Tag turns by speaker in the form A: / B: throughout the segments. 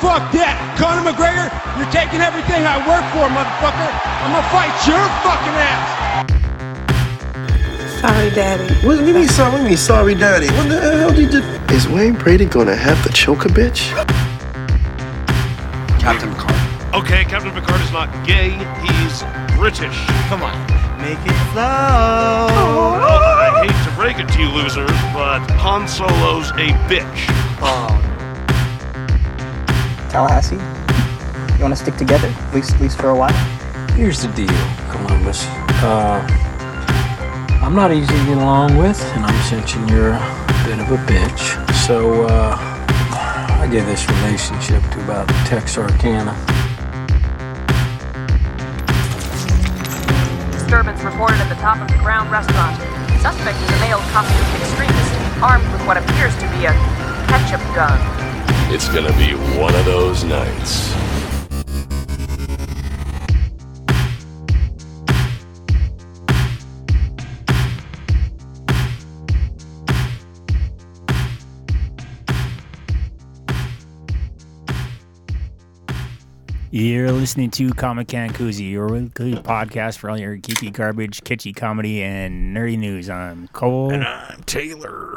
A: Fuck that. Conor McGregor, you're taking everything I work for, motherfucker. I'm gonna fight your fucking ass.
B: Sorry, Daddy.
C: What do you mean sorry? What do you mean sorry, daddy? What the hell did you do? Is Wayne Brady gonna have the choker bitch?
D: Captain Picard.
E: Okay, Captain Picard is not gay, he's British.
D: Come on. Make it flow.
E: Well, I hate to break it to you losers, but Han Solo's a bitch.
D: Oh,
F: Tallahassee, you want to stick together, at least, at least for a while?
G: Here's the deal, Columbus. Uh, I'm not easy to get along with, and I'm sensing you're a bit of a bitch. So uh, I give this relationship to about Texarkana.
H: Disturbance reported at the top of the Crown restaurant. Suspect is a male Coptic extremist armed with what appears to be a ketchup gun.
I: It's gonna be one of those nights.
J: You're listening to Comic Cancuzi, your weekly podcast for all your geeky garbage, kitschy comedy, and nerdy news. I'm Cole.
K: And I'm Taylor.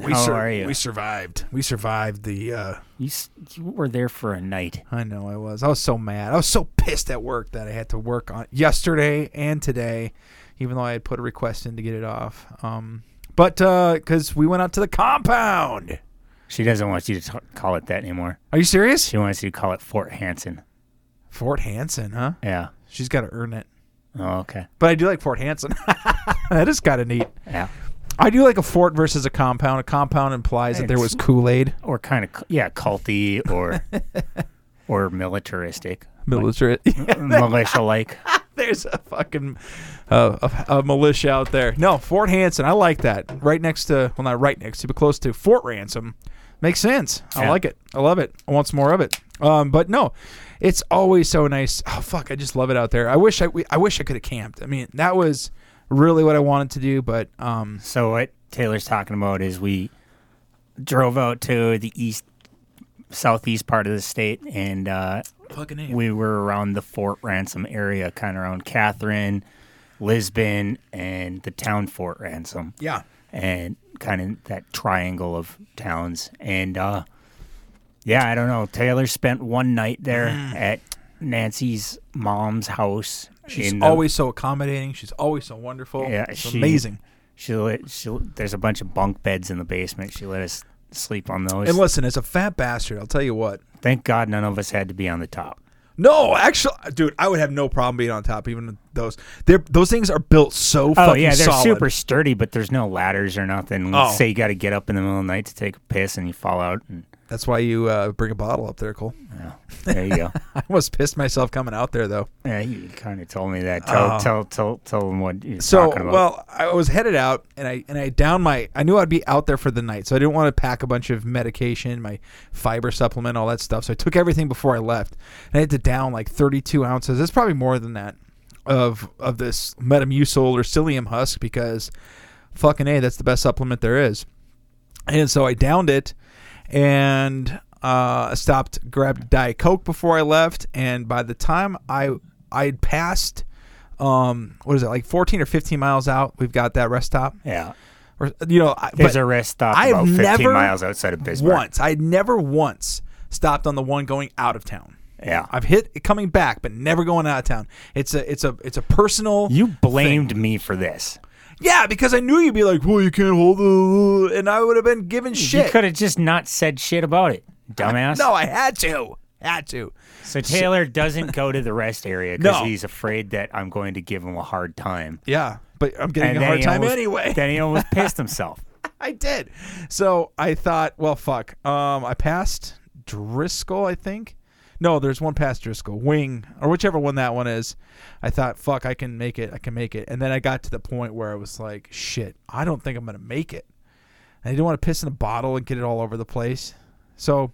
J: Yeah, how are you?
K: We survived. We survived the. uh
J: You, s- you were there for a night.
K: I know I was. I was so mad. I was so pissed at work that I had to work on yesterday and today, even though I had put a request in to get it off. Um, but because we went out to the compound.
J: She doesn't want you to t- call it that anymore.
K: Are you serious?
J: She wants you to call it Fort Hanson.
K: Fort Hanson, huh?
J: Yeah.
K: She's got to earn it.
J: Oh, okay.
K: But I do like Fort Hanson. that is kind of neat.
J: Yeah.
K: I do like a fort versus a compound. A compound implies that there was Kool Aid.
J: Or kind of, yeah, culty or or militaristic,
K: Military.
J: militia like.
K: There's a fucking uh, a, a militia out there. No, Fort Hanson. I like that. Right next to, well, not right next to, but close to Fort Ransom. Makes sense. I
J: Yeah.
K: like it. I love it. I want some more of it. Um, but no, it's always so nice. Oh fuck, I just love it out there. I wish I, we, I wish I could have camped. I mean, that was really what I wanted to do. But um,
J: So what Taylor's talking about is we drove out to the east, southeast part of the state, and uh,
K: fucking
J: we were around the Fort Ransom area, kind of around Catherine, Lisbon, and the town Fort Ransom,
K: yeah,
J: and kind of that triangle of towns. And uh, yeah, I don't know. Taylor spent one night there
K: Mm.
J: at Nancy's mom's house.
K: she's
J: in the-
K: always so accommodating. She's always so wonderful.
J: Yeah,
K: it's
J: she-
K: amazing.
J: she let she. There's a bunch of bunk beds in the basement. She let us sleep on those.
K: And listen, as a fat bastard, I'll tell you what.
J: Thank God none of us had to be on the top.
K: No, actually, dude, I would have no problem being on top, even with those. They're, those things are built so
J: Oh
K: fucking
J: yeah, they're
K: solid.
J: super sturdy, but there's no ladders or nothing. Let's
K: Oh.
J: Say you got to get up in the middle of the night to take a piss and you fall out, and
K: That's why you uh, bring a bottle up there, Cole.
J: there you go.
K: I almost pissed myself coming out there, though.
J: yeah, you kind of told me that. Tell, tell, tell, tell them what you're
K: So,
J: talking about.
K: well, I was headed out, and I and I downed my. I knew I'd be out there for the night, so I didn't want to pack a bunch of medication, my fiber supplement, all that stuff. So I took everything before I left, and I had to down like 32 ounces. It's probably more than that of of this Metamucil or psyllium husk because fucking a, that's the best supplement there is. And so I downed it and uh, stopped, grabbed Diet Coke before I left. And by the time I I had passed, um, what is it, like 14 or 15 miles out, we've got that rest stop.
J: yeah,
K: Or, you know, I,
J: there's
K: but
J: a rest stop
K: I've
J: about 15
K: never
J: miles outside of Bismarck.
K: once. I had never once stopped on the one going out of town.
J: Yeah,
K: I've hit coming back, but never going out of town. It's a it's a it's a personal.
J: you blamed me for this.
K: yeah, because I knew you'd be like, well, you can't hold the, and I would have been given
J: You
K: shit.
J: could have just not said shit about it, dumbass.
K: no, I had to, had to.
J: So Taylor doesn't go to the rest area because
K: No.
J: he's afraid that I'm going to give him a hard time.
K: Yeah, but I'm getting
J: And
K: a
J: then
K: hard
J: he
K: time
J: almost-
K: anyway.
J: Then he almost pissed himself.
K: I did. So I thought, well, fuck. Um, I passed Driscoll, I think. No, there's one past Driscoll, Wing, or whichever one that one is. I thought, fuck, I can make it. I can make it. And then I got to the point where I was like, shit, I don't think I'm gonna make it. I didn't want to piss in a bottle and get it all over the place. So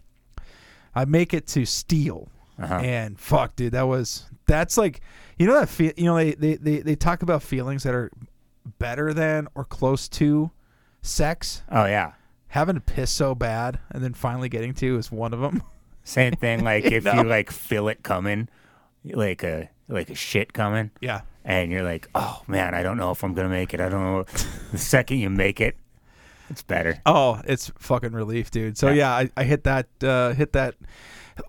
K: I make it to Steel.
J: Uh-huh.
K: And fuck, dude, that was that's like you know that feel you know they, they they they talk about feelings that are better than or close to sex
J: Oh yeah.
K: having to piss so bad and then finally getting to is one of them.
J: Same thing. Like if
K: No.
J: you like feel it coming, like a like a shit coming.
K: Yeah.
J: And you're like, oh man, I don't know if I'm gonna make it. I don't know. the second you make it, it's better.
K: Oh, it's fucking relief, dude. So yeah, I, I hit that, uh, hit that,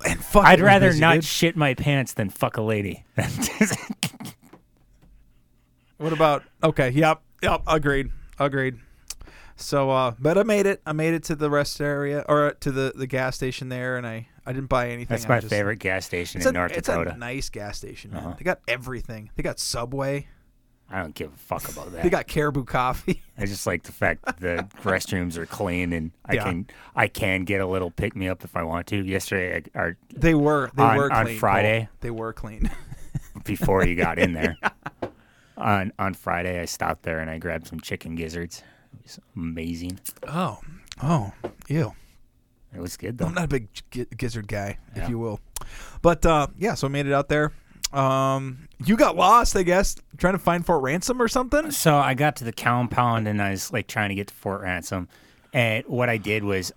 K: and fuck.
J: I'd
K: it was
J: rather
K: busy,
J: not
K: dude.
J: shit my pants than fuck a lady.
K: What about? Okay, yep, yep, agreed, agreed. So, uh, but I made it. I made it to the rest area or to the the gas station there, and I I didn't buy anything.
J: That's
K: I
J: my
K: just-
J: favorite gas station
K: It's
J: in
K: a,
J: North
K: it's
J: Dakota.
K: a nice gas station, man.
J: Uh-huh.
K: They got everything. They got Subway.
J: I don't give a fuck about that.
K: They got Caribou Coffee.
J: I just like the fact that the restrooms are clean and I
K: Yeah.
J: can I can get a little pick me up if I want to. Yesterday, I, or
K: They were they
J: On-
K: were
J: on
K: clean, Paul.
J: Friday?
K: They were clean.
J: before you got in there, on on Friday, I stopped there and I grabbed some chicken gizzards. It was amazing.
K: oh, oh, ew.
J: It was good though.
K: I'm not a big gi- gizzard guy, if you will. But uh, yeah, so I made it out there. Um, you got lost, I guess, trying to find Fort Ransom or something.
J: So I got to the compound and I was like trying to get to Fort Ransom, and what I did was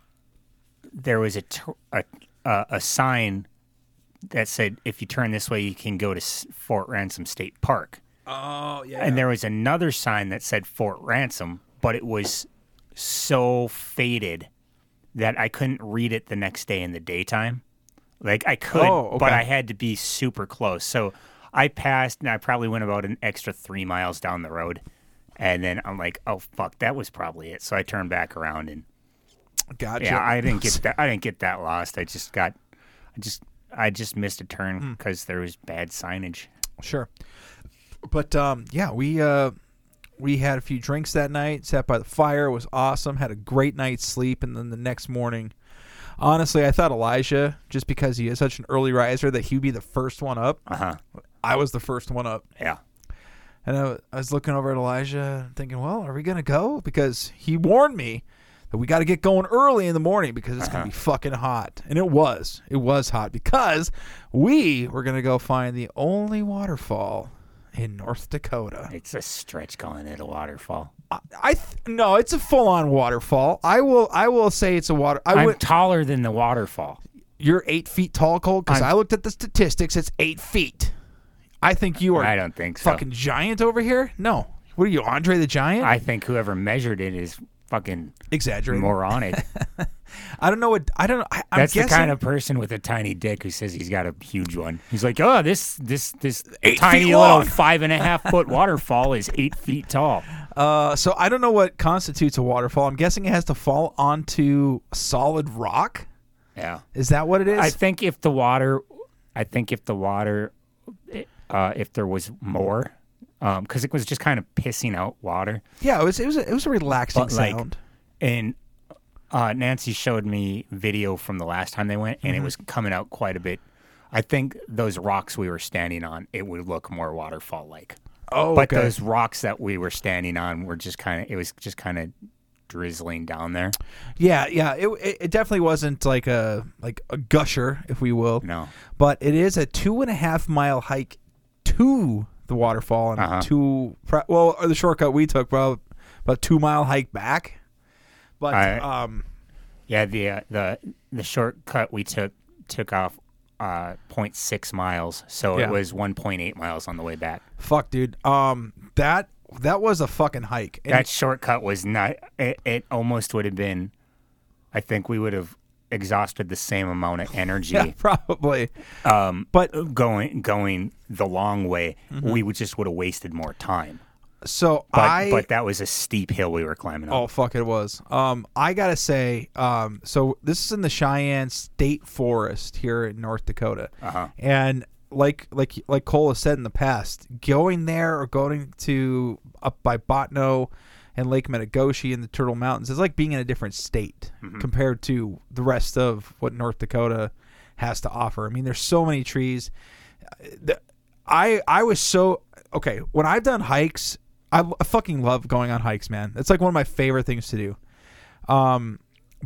J: there was a tur- a, uh, a sign that said if you turn this way you can go to S- Fort Ransom State Park.
K: Oh yeah.
J: And there was another sign that said Fort Ransom, but it was so faded that I couldn't read it the next day in the daytime. Like I could,
K: Oh,
J: but
K: okay.
J: I had to be super close. So I passed and I probably went about an extra three miles down the road. And then I'm like, oh fuck, that was probably it. So I turned back around and
K: Gotcha.
J: yeah, I didn't get that. I didn't get that lost. I just got, I just, I just missed a turn because there was bad signage.
K: Hmm. Sure. But um, yeah, we uh, we had a few drinks that night, sat by the fire, it was awesome, had a great night's sleep, and then the next morning, honestly, I thought Elijah, just because he is such an early riser, that he'd be the first one up.
J: Uh huh.
K: I was the first one up.
J: Yeah.
K: And I, wa- I was looking over at Elijah and thinking, well, are we going to go? Because he warned me that we got to get going early in the morning because it's
J: Uh-huh.
K: going to be fucking hot. And it was. It was hot because we were going to go find the only waterfall in North Dakota.
J: It's a stretch calling it a waterfall.
K: I, I th- no, it's a full-on waterfall. I will I will say it's a water I
J: I'm
K: would
J: taller than the waterfall.
K: you're 8 feet tall Cole cuz
J: I'm-
K: I looked at the statistics it's 8 feet. I think you are
J: I don't think so.
K: fucking giant over here? No. What are you, Andre the Giant?
J: I think whoever measured it is fucking
K: Exaggerating.
J: moronic.
K: I don't know what I don't. I, I'm
J: That's the
K: guessing
J: kind of person with a tiny dick who says he's got a huge one. He's like, oh, this this this
K: Eight
J: tiny
K: feet
J: little
K: long."
J: five and a half foot waterfall is eight feet tall.
K: Uh, so I don't know what constitutes a waterfall. I'm guessing it has to fall onto solid rock.
J: Yeah.
K: Is that what it is?
J: I think if the water, I think if the water, uh, if there was more, because it was just kind of pissing out water.
K: yeah, it was. It was. A, it was a relaxing
J: But, like,
K: sound.
J: and uh, Nancy showed me video from the last time they went, and it was
K: Mm-hmm.
J: coming out quite a bit. I think those rocks we were standing on, it would look more waterfall like.
K: oh,
J: But
K: okay.
J: those rocks that we were standing on were just kind of, it was just kind of drizzling down there.
K: yeah, yeah. It, it, it definitely wasn't like a like a gusher, if we will.
J: No.
K: But it is a two and a half mile hike to the waterfall and
J: Uh-huh.
K: two. pro- Well, or the shortcut we took, about about two mile hike back. But
J: I-
K: um,
J: Yeah, the uh, the the shortcut we took took off uh, 0.6 miles, so
K: Yeah.
J: it was 1.8 miles on the way back.
K: fuck, dude. Um, that that was a fucking hike. And
J: that shortcut was not it, it almost would have been i think we would have exhausted the same amount of energy
K: Yeah, probably.
J: um
K: But Mm-hmm.
J: going going the long way we would just would have wasted more time
K: so
J: but
K: I.
J: but that was a steep hill we were climbing
K: oh
J: up
K: fuck, it was. Um, I gotta say, um, so this is in the Cheyenne State Forest here in North Dakota,
J: Uh-huh.
K: and like like like Cole has said in the past, going there or going to up by Botno and Lake Metagoshi and the Turtle Mountains is like being in a different state
J: Mm-hmm.
K: compared to the rest of what North Dakota has to offer. I mean, there's so many trees. the- I I was so okay when I've done hikes. I, I fucking love going on hikes, man. It's like one of my favorite things to do. Um,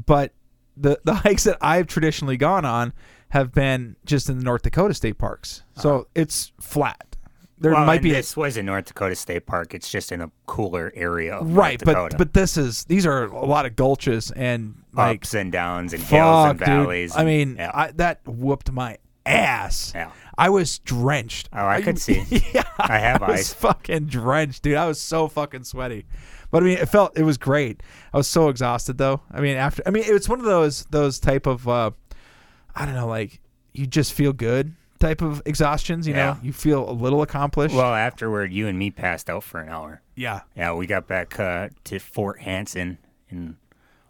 K: but the the hikes that I've traditionally gone on have been just in the North Dakota state parks. So it's flat.
A: there
K: Uh-huh. Well,
A: might
K: and
A: be a
K: this was in North Dakota State Park. It's just in a cooler area of
A: right,
K: North
A: but
K: Dakota.
A: but this is these are a lot of gulches and like
K: ups and downs and hills
A: fuck,
K: and
A: dude.
K: valleys.
A: I mean,
K: yeah.
A: I, that whooped my ass.
K: Yeah.
A: I was drenched.
K: Oh, I could see.
A: yeah,
K: I have
A: I was
K: eyes.
A: fucking drenched, dude. I was so fucking sweaty. But I mean, it felt it was great. I was so exhausted though. I mean, after I mean, it's one of those those type of uh I don't know, like you just feel good type of exhaustions, you
K: Yeah.
A: know. You feel a little accomplished.
K: well, afterward, you and me passed out for an hour.
A: yeah.
K: Yeah, we got back uh, to Fort Hanson, and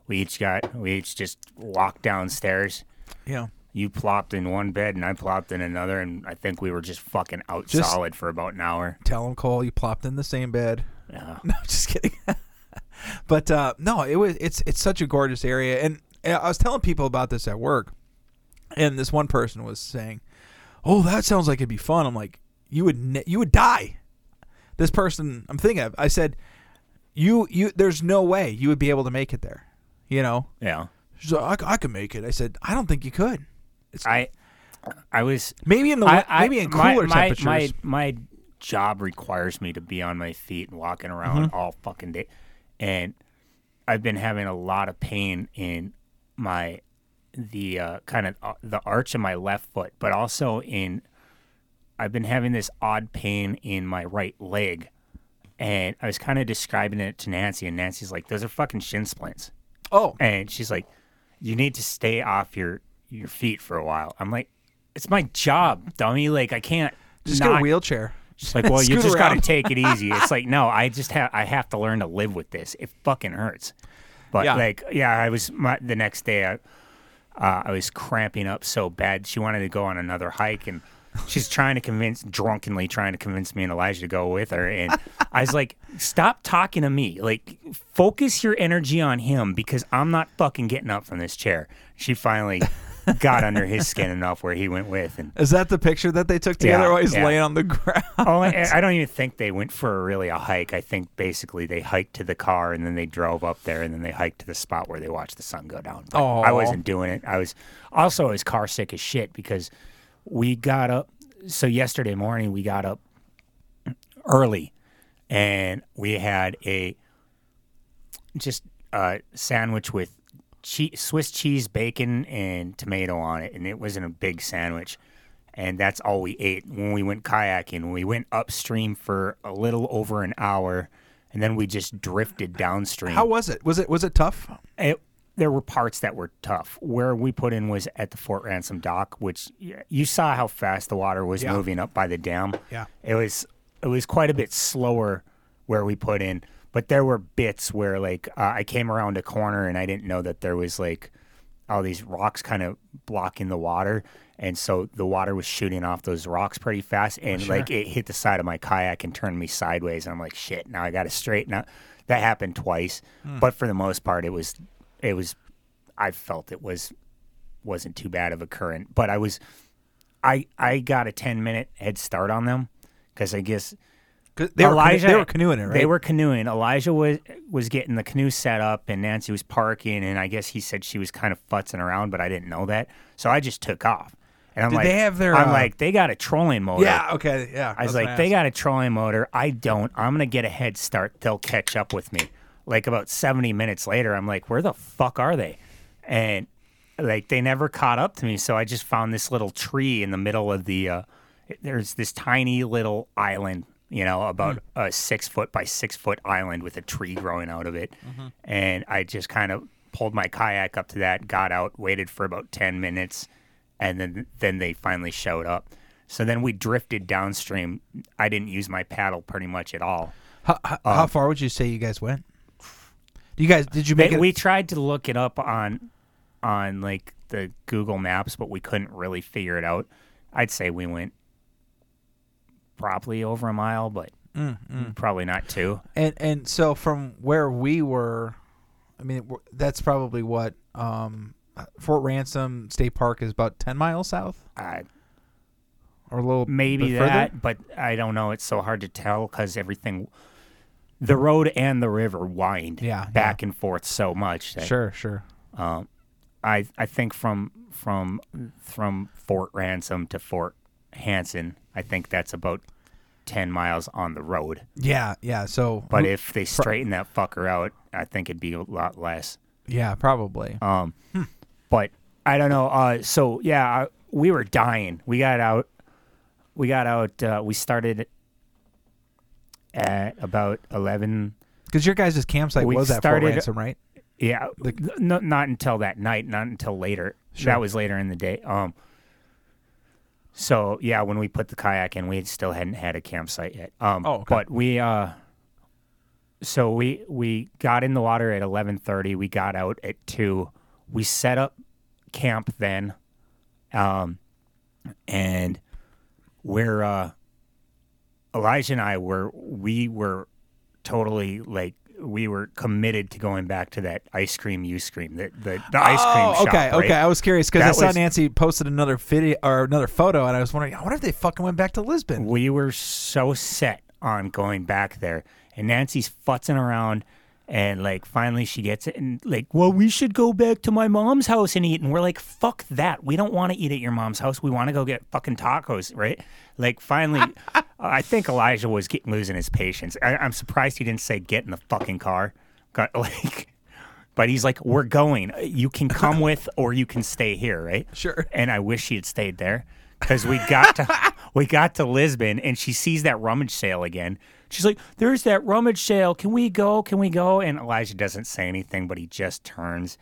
K: we each got we each just walked downstairs.
A: Yeah.
K: You plopped in one bed, and I plopped in another, and I think we were just fucking out
A: Just-
K: solid for about an hour.
A: Tell him Cole, you plopped in the same bed.
K: Yeah.
A: No, I'm just kidding. but uh, no, it was it's it's such a gorgeous area, and, and I was telling people about this at work, and this one person was saying, "Oh, that sounds like it'd be fun." I'm like, "You would ne- you would die." This person I'm thinking of, I said, "You you there's no way you would be able to make it there," you know.
K: Yeah,
A: She's like, "I, I could make it." I said, "I don't think you could."
K: I I was
A: Maybe in the
K: I, I-
A: maybe in
K: my-
A: cooler
K: my,
A: temperatures.
K: My, my job requires me to be on my feet and walking around
A: Mm-hmm.
K: all fucking day, and I've been having a lot of pain in my the uh, kind of uh, the arch of my left foot, but also in I've been having this odd pain in my right leg, and I was kind of describing it to Nancy, and Nancy's like, "Those are fucking shin splints."
A: oh,
K: and she's like, "You need to stay off your your feet for a while." I'm like, "It's my job, dummy. Like I can't
A: just
K: not.
A: get a wheelchair.
K: She's like, "Well, you
A: scoot
K: just got to
A: around."
K: take it easy." It's like, no, I just have I have to learn to live with this. It fucking hurts. But
A: Yeah.
K: like, yeah, I was my, the next day. I, uh, I was cramping up so bad. She wanted to go on another hike, and she's trying to convince, drunkenly trying to convince me and Elijah to go with her. And I was like, "Stop talking to me. Like, focus your energy on him because I'm not fucking getting up from this chair." She finally got under his skin enough where he went with, and
A: Is that the picture that they took together?
K: Yeah,
A: while he's
K: yeah.
A: laying on the ground.
K: Oh, I, I don't even think they went for really a hike. I think basically they hiked to the car and then they drove up there and then they hiked to the spot where they watched the sun go down. But I
A: Aw.
K: wasn't doing it. I was also I was car sick as shit because we got up. So yesterday morning we got up early and we had a just a sandwich with che- Swiss cheese, bacon, and tomato on it, and it wasn't a big sandwich. And that's all we ate when we went kayaking. We went upstream for a little over an hour, and then we just drifted downstream.
A: How was it? Was it was it tough?
K: It, there were parts that were tough. Where we put in was at the Fort Ransom dock, which y- you saw how fast the water was moving up by the dam.
A: Yeah.
K: it was it was quite a bit slower where we put in, but there were bits where like uh, I came around a corner and I didn't know that there was like all these rocks kind of blocking the water. And so the water was shooting off those rocks pretty fast, and like it hit the side of my kayak and turned me sideways. And I'm like, shit! Now I got to straighten out. That happened twice, but for the most part, it was, it was, I felt it was, wasn't too bad of a current. But I was, I I got a 10 minute head start on them because I guess
A: 'Cause They
K: Elijah,
A: were, canoe- they were canoeing it, right?
K: They were canoeing. Elijah was was getting the canoe set up, and Nancy was parking. And I guess he said she was kind of futzing around, but I didn't know that, so I just took off. And I'm
A: Did
K: like,
A: they have their,
K: I'm
A: uh,
K: like, they got a trolling motor.
A: Yeah. Okay. Yeah.
K: I was like, they got a trolling motor. I don't. I'm gonna get a head start. They'll catch up with me. Like about 70 minutes later, I'm like, where the fuck are they? And like they never caught up to me. So I just found this little tree in the middle of the. Uh, there's this tiny little island, you know, about
A: Mm.
K: a six foot by six foot island with a tree growing out of it.
A: Mm-hmm.
K: And I just kind of pulled my kayak up to that, got out, waited for about 10 minutes, and then then they finally showed up. So then we drifted downstream. I didn't use my paddle pretty much at all. Um,
A: How, how, how far would you say you guys went? Do you guys did you make
K: They,
A: it?
K: we tried to look it up on on like the Google Maps, but we couldn't really figure it out. I'd say we went probably over a mile, but probably not two.
A: Mm, and and so from where we were, I mean w- that's probably what um, Fort Ransom State Park is about ten miles south
K: Uh,
A: or a little
K: maybe
A: bit further?
K: that, but I don't know. It's so hard to tell because everything, the road and the river wind
A: Yeah,
K: back and forth so much. That
A: Sure. Sure.
K: I I think from from from Fort Ransom to Fort Hanson, I think that's about ten miles on the road.
L: Yeah, yeah. So,
K: But if they straighten that fucker out, I think it'd be a lot less.
L: yeah, probably. Hmm.
K: Um, but I don't know. Uh, so yeah, I, we were dying. We got out. We got out. Uh, we started at about eleven.
L: Because your guys' campsite
K: We
L: was at Fort
K: started-
L: Ransom, right?
K: Yeah, no, not until that night. Not until later.
L: Sure.
K: That was later in the day. Um. So yeah, when we put the kayak in, we still hadn't had a campsite yet. Um,
L: Oh, okay.
K: but we uh. So we we got in the water at eleven thirty. We got out at two. We set up camp then, um, and we're uh, Elijah and I were we were totally like we were committed to going back to that ice cream you scream the the, the ice cream
L: oh,
K: shop.
L: okay,
K: right?
L: okay. I was curious because I
K: That
L: saw
K: was-
L: Nancy posted another video or another photo, and I was wondering, I wonder if they fucking went back to Lisbon.
K: we were so set on going back there and nancy's futzing around and like finally she gets it and like well we should go back to my mom's house and eat and we're like fuck that we don't want to eat at your mom's house we want to go get fucking tacos right like finally i think elijah was getting, losing his patience I, i'm surprised he didn't say get in the fucking car Got, like but he's like we're going you can come with or you can stay here right
L: Sure.
K: and I wish she had stayed there because we got to we got to Lisbon and she sees that rummage sale again. She's like, "There's that rummage sale. Can we go? Can we go?" And Elijah doesn't say anything, but he just turns,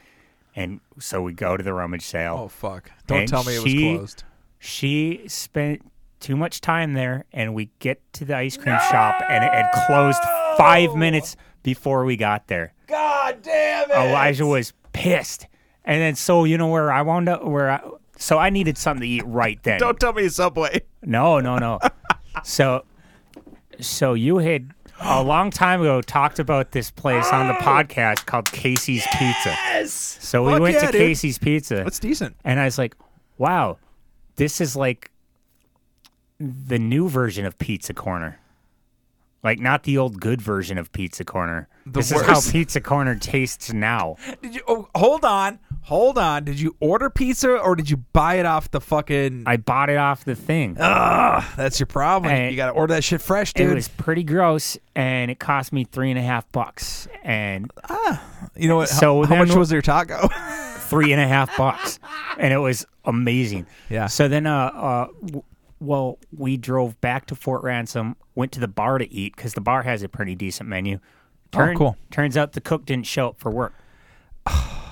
K: and so we go to the rummage sale.
L: Oh fuck! Don't
K: And
L: tell me it was
K: she-
L: closed.
K: She spent too much time there, and we get to the ice cream shop, and it had closed five minutes before we got there. God damn it! Elijah was pissed, and then so you know where I wound up where I. So I needed something to eat right then.
L: Don't tell me Subway.
K: No, no, no. so, so you had a long time ago talked about this place on the podcast called Casey's Pizza. Yes. So we
L: Oh. Fuck
K: went
L: yeah,
K: to
L: dude.
K: Casey's Pizza,
L: That's decent.
K: and I was like, "Wow, this is like the new version of Pizza Corner." Like not the old good version of Pizza Corner. this is
L: worst.
K: how Pizza Corner tastes now.
L: Did you? Oh, hold on, hold on. Did you order pizza or did you buy it off the fucking?
K: I bought it off the thing.
L: that's your problem.
K: I-
L: you gotta order that shit fresh,
K: it
L: dude.
K: was pretty gross, and it cost me three and a half bucks. And
L: Ah, you know what?
K: so
L: So how,
K: then
L: much
K: wh-
L: was your taco?
K: three and a half bucks, and it was amazing.
L: Yeah.
K: So then, uh, uh, w- well, we drove back to Fort Ransom, went to the bar to eat because the bar has a pretty decent menu.
L: Oh, cool.
K: Turns out the cook didn't show up for work.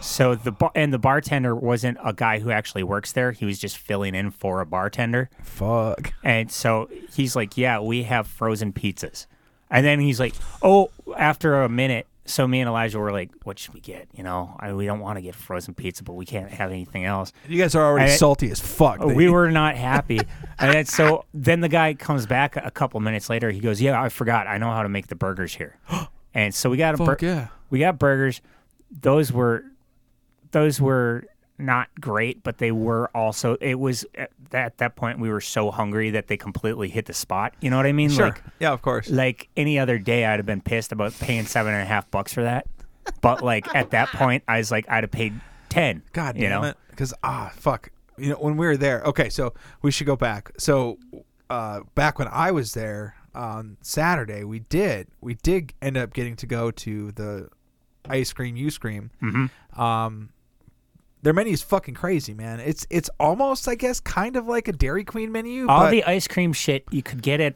K: So the bar and the bartender wasn't a guy who actually works there. He was just filling in for a bartender.
L: Fuck.
K: And so he's like, "Yeah, we have frozen pizzas." And then he's like, "Oh, after a minute." So me and Elijah were like, "What should we get?" You know, I, we don't want to get frozen pizza, but we can't have anything else.
L: You guys are already
K: I-
L: salty as fuck.
K: Uh, We were not happy. and then, so then the guy comes back a couple minutes later. He goes, "Yeah, I forgot. I know how to make the burgers here." and so we got a
L: Fuck
K: bur-
L: yeah.
K: we got burgers. Those were those were not great, but they were also it was at that, that point we were so hungry that they completely hit the spot. You know what I mean?
L: sure.
K: Like
L: yeah, of course.
K: like any other day I'd have been pissed about paying seven and a half bucks for that. But like at that point I was like I'd have paid ten.
L: God damn
K: you know?
L: it. Because, ah, fuck. You know, when we were there, okay, so we should go back. So, uh, back when I was there on Saturday, we did, we did end up getting to go to the ice cream, you scream. Mm-hmm. Um, their menu is fucking crazy, man. It's it's almost, I guess, kind of like a Dairy Queen menu.
K: All
L: but
K: the ice cream shit you could get at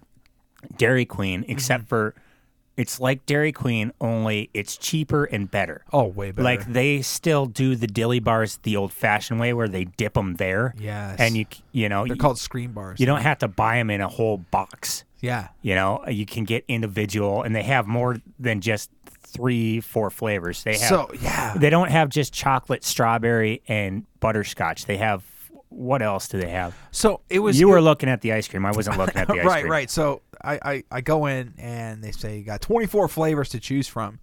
K: Dairy Queen
L: Mm-hmm.
K: except for it's like Dairy Queen, only it's cheaper and better.
L: oh, way better.
K: Like they still do the dilly bars the old-fashioned way, where they dip them there.
L: Yes.
K: and you c- you know
L: they're
K: you,
L: called screen bars.
K: you don't have to buy them in a whole box.
L: yeah,
K: You know, you can get individual, and they have more than just three, four flavors. They have
L: So, yeah.
K: they don't have just chocolate, strawberry, and butterscotch. They have what else do they have?
L: so it was
K: You
L: it-
K: were looking at the ice cream. I wasn't looking at the ice
L: right,
K: cream.
L: right. So I, I, I go in and they say you got 24 flavors to choose from.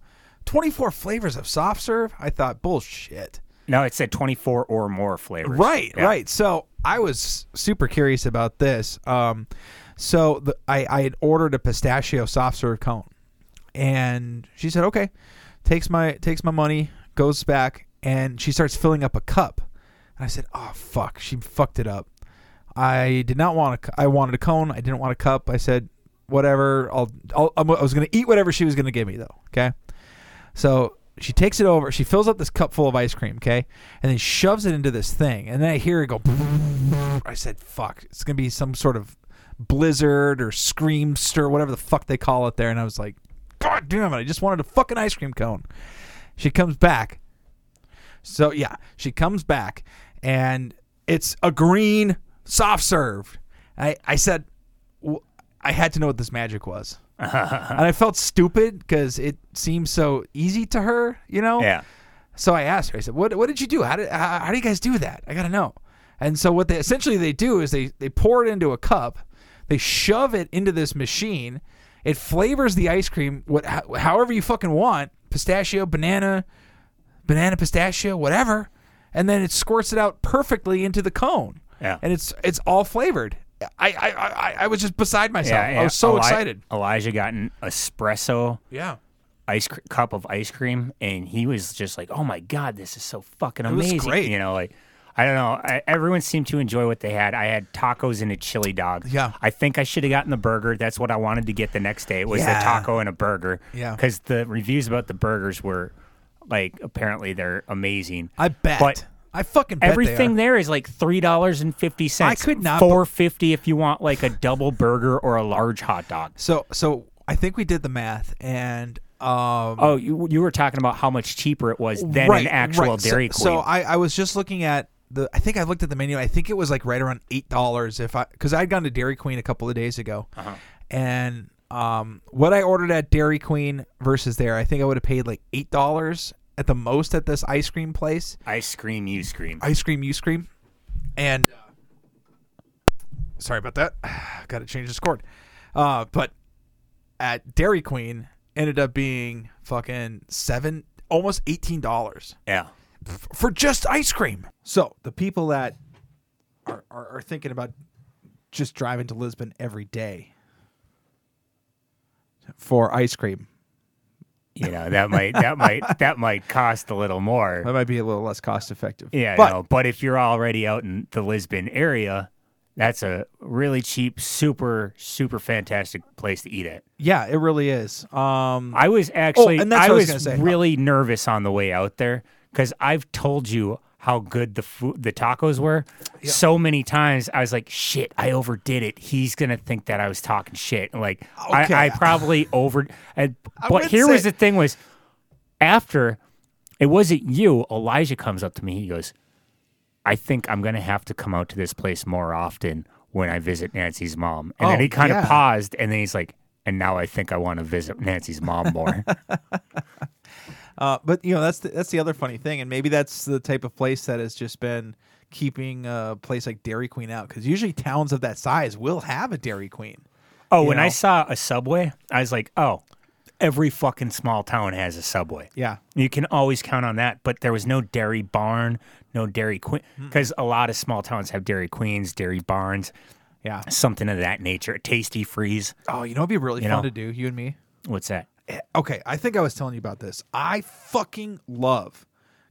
L: 24 flavors of soft serve? I thought, bullshit.
K: No, it said twenty-four or more flavors.
L: Right,
K: Yeah.
L: right. So I was super curious about this. Um, so the, I, I had ordered a pistachio soft serve cone, and she said, "Okay." Takes my takes my money, goes back, and she starts filling up a cup. And I said,
K: "Ah,
L: "Oh fuck, she fucked it up." I did not want a. cu- I wanted a cone. I didn't want a cup. I said,
K: whatever. I'll, I'll I'm, I was gonna eat whatever she was gonna give me though. Okay, so she takes it over. She fills up this cup full of ice cream. Okay, and then shoves it into this thing. And then I hear it go. I said, "Fuck! It's gonna be some sort of blizzard or screamster, whatever the fuck they call it there." And I was like, "God damn it! I just wanted a fucking ice cream cone." She comes back. So yeah, she comes back and it's a green soft serve. I, I said, w- I had to know what this magic was. and I felt stupid because it seemed so easy to her, you know?
J: Yeah.
K: So I asked her, I said, what, what did you do? How, did, how, how do you guys do that? I got to know. And so what they essentially they do is they, they pour it into a cup, they shove it into this machine. It flavors the ice cream what, ho- however you fucking want, pistachio, banana, banana pistachio, whatever, and then it squirts it out perfectly into the cone.
J: Yeah.
K: And it's it's all flavored. I I, I, I was just beside myself.
J: Yeah, yeah.
K: I was so
J: Eli-
K: excited.
J: Elijah got an espresso
K: Yeah.
J: ice cr- cup of ice cream, and he was just like, "Oh my god, this is so fucking
K: was
J: amazing!"
K: great.
J: You know, like I don't know. I, everyone seemed to enjoy what they had. I had tacos and a chili dog.
K: Yeah.
J: I think I should have gotten the burger. That's what I wanted to get the next day was
K: Yeah.
J: the taco and a burger.
K: Yeah.
J: because the reviews about the burgers were like apparently they're amazing.
K: I bet.
J: But
K: I fucking bet
J: Everything
K: They
J: there is like three dollars and fifty cents.
K: I could not
J: four fifty if you want like a double burger or a large hot dog.
K: are. So so I think we did the math and um
J: Oh, you, you were talking about how much cheaper it was than
K: right,
J: an actual
K: right. So-
J: Dairy
K: so,
J: Queen.
K: I, I was just looking at the I think I looked at the menu. I think it was like right around eight dollars if I because I'd gone to Dairy Queen a couple of days ago,
J: Uh-huh.
K: and um, what I ordered at Dairy Queen versus there, I think I would have paid like eight dollars at the most at this ice cream place.
J: I scream, you scream.
K: Ice cream, you scream, and uh, sorry about that. Got to change this cord, uh, but at Dairy Queen ended up being fucking seven, almost eighteen dollars
J: yeah.
K: for just ice cream. So the people that are, are, are thinking about just driving to Lisbon every day for ice cream.
J: You know, that might that might that might cost a little more.
K: That might be a little less cost effective.
J: Yeah,
K: but
J: but, no, but if you're already out in the Lisbon area, that's a really cheap, super, super fantastic place to eat at.
K: yeah, it really is. Um,
J: I was actually
K: and that's
J: I
K: what I was
J: was,
K: gonna say.
J: really nervous on the way out there because I've told you how good the food the tacos were so many times. I was like, shit, I overdid it. He's gonna think that I was talking shit. Like
K: Okay.
J: I, I probably over. And, but
K: would
J: here was
K: say-
J: the thing was after it wasn't you. Elijah comes up to me. He goes, I think I'm gonna have to come out to this place more often when I visit Nancy's mom. And then
K: Oh,
J: he kind
K: yeah.
J: of paused, and then he's like, and now I think I want to visit Nancy's mom more.
K: uh, but you know that's the, that's the other funny thing, and maybe that's the type of place that has just been keeping a place like Dairy Queen out because usually towns of that size will have a Dairy Queen.
J: Oh, when
K: know?
J: I saw a subway, I was like, oh, every fucking small town has a subway.
K: Yeah.
J: You can always count on that. But there was no Dairy Barn, no Dairy Queen, because a lot of small towns have Dairy Queens, Dairy Barns,
K: Yeah.
J: something of that nature. A tasty freeze.
K: Oh, you know, it'd be really
J: You
K: fun
J: know.
K: to do, you and me. Eh,
J: What's that?
K: okay, I think I was telling you about this. I fucking love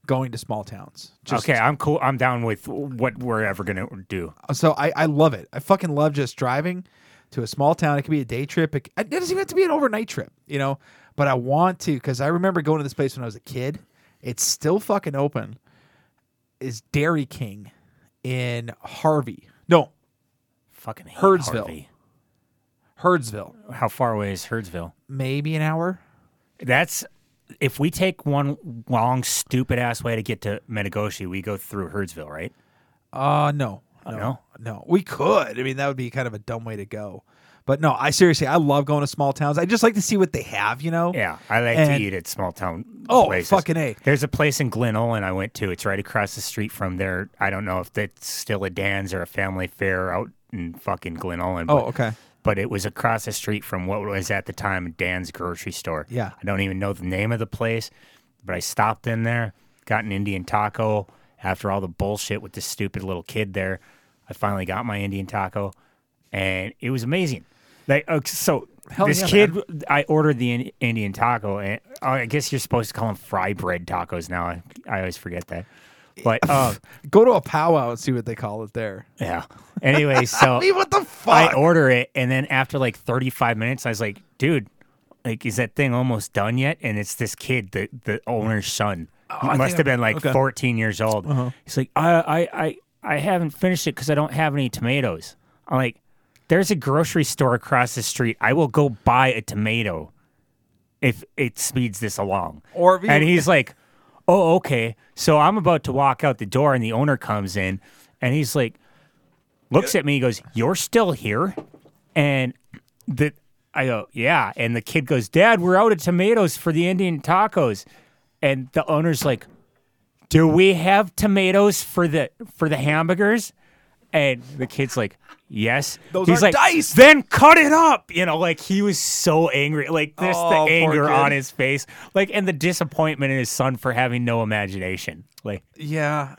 K: going to small towns. Just,
J: okay, I'm cool. I'm down with what we're ever going to do.
K: Uh, So I, I love it. I fucking love just driving to a small town. It could be a day trip. It, it doesn't even have to be an overnight trip, you know? But I want to because I remember going to this place when I was a kid. It's still fucking open. Is Dairy King in Harvey? No,
J: Fucking hate
K: Herdsville.
J: Harvey.
K: Herdsville.
J: How far away is Herdsville?
K: Maybe an hour.
J: That's if we take one long, stupid ass way to get to Metagoshi, we go through Herdsville, right?
K: Uh no.
J: Oh,
K: No.
J: no?
K: No. We could. I mean, that would be kind of a dumb way to go. But no, I seriously, I love going to small towns. I just like to see what they have, you know?
J: Yeah, I like
K: And-
J: to eat at small town.
K: Oh,
J: places.
K: fucking A.
J: There's a place in Glen Olin I went to. It's right across the street from there. I don't know if that's still a Dan's or a Family Fair out in fucking Glen Olin.
K: Oh, okay.
J: But it was across the street from what was at the time Dan's grocery store.
K: Yeah.
J: I don't even know the name of the place, but I stopped in there, got an Indian taco. After all the bullshit with this stupid little kid there, I finally got my Indian taco, and it was amazing. Like, uh, so this
K: yeah, man.
J: kid I ordered the in- uh, Indian taco, and oh, I guess you're supposed to call them fry bread tacos now. I, I always forget that. But um,
K: Go to a powwow and see what they call it there.
J: yeah. Anyway, so
K: I mean, what the fuck?
J: I order it, and then after like 35 minutes, I was like, dude, like, is that thing almost done yet? And it's this kid, the the owner's son. he
K: Oh, I
J: must
K: think
J: have
K: I-
J: been like
K: okay. Uh-huh.
J: 14 years old. He's like, I, I, I, I haven't finished it because I don't have any tomatoes. I'm like, there's a grocery store across the street. I will go buy a tomato if it speeds this along.
K: Or if you-
J: and he's like, oh, okay. So I'm about to walk out the door, and the owner comes in, and he's like, looks at me, he goes, "You're still here," and the I go, "Yeah," and the kid goes, "Dad, we're out of tomatoes for the Indian tacos," and the owner's like, "Do we have tomatoes for the for the hamburgers?" And the kid's like, "Yes."
K: Those
J: He's
K: aren't
J: like,
K: diced.
J: "Then cut it up," you know, like he was so angry, like this
K: Oh, poor
J: the anger
K: kid.
J: on his face, like and the disappointment in his son for having no imagination, like.
K: yeah.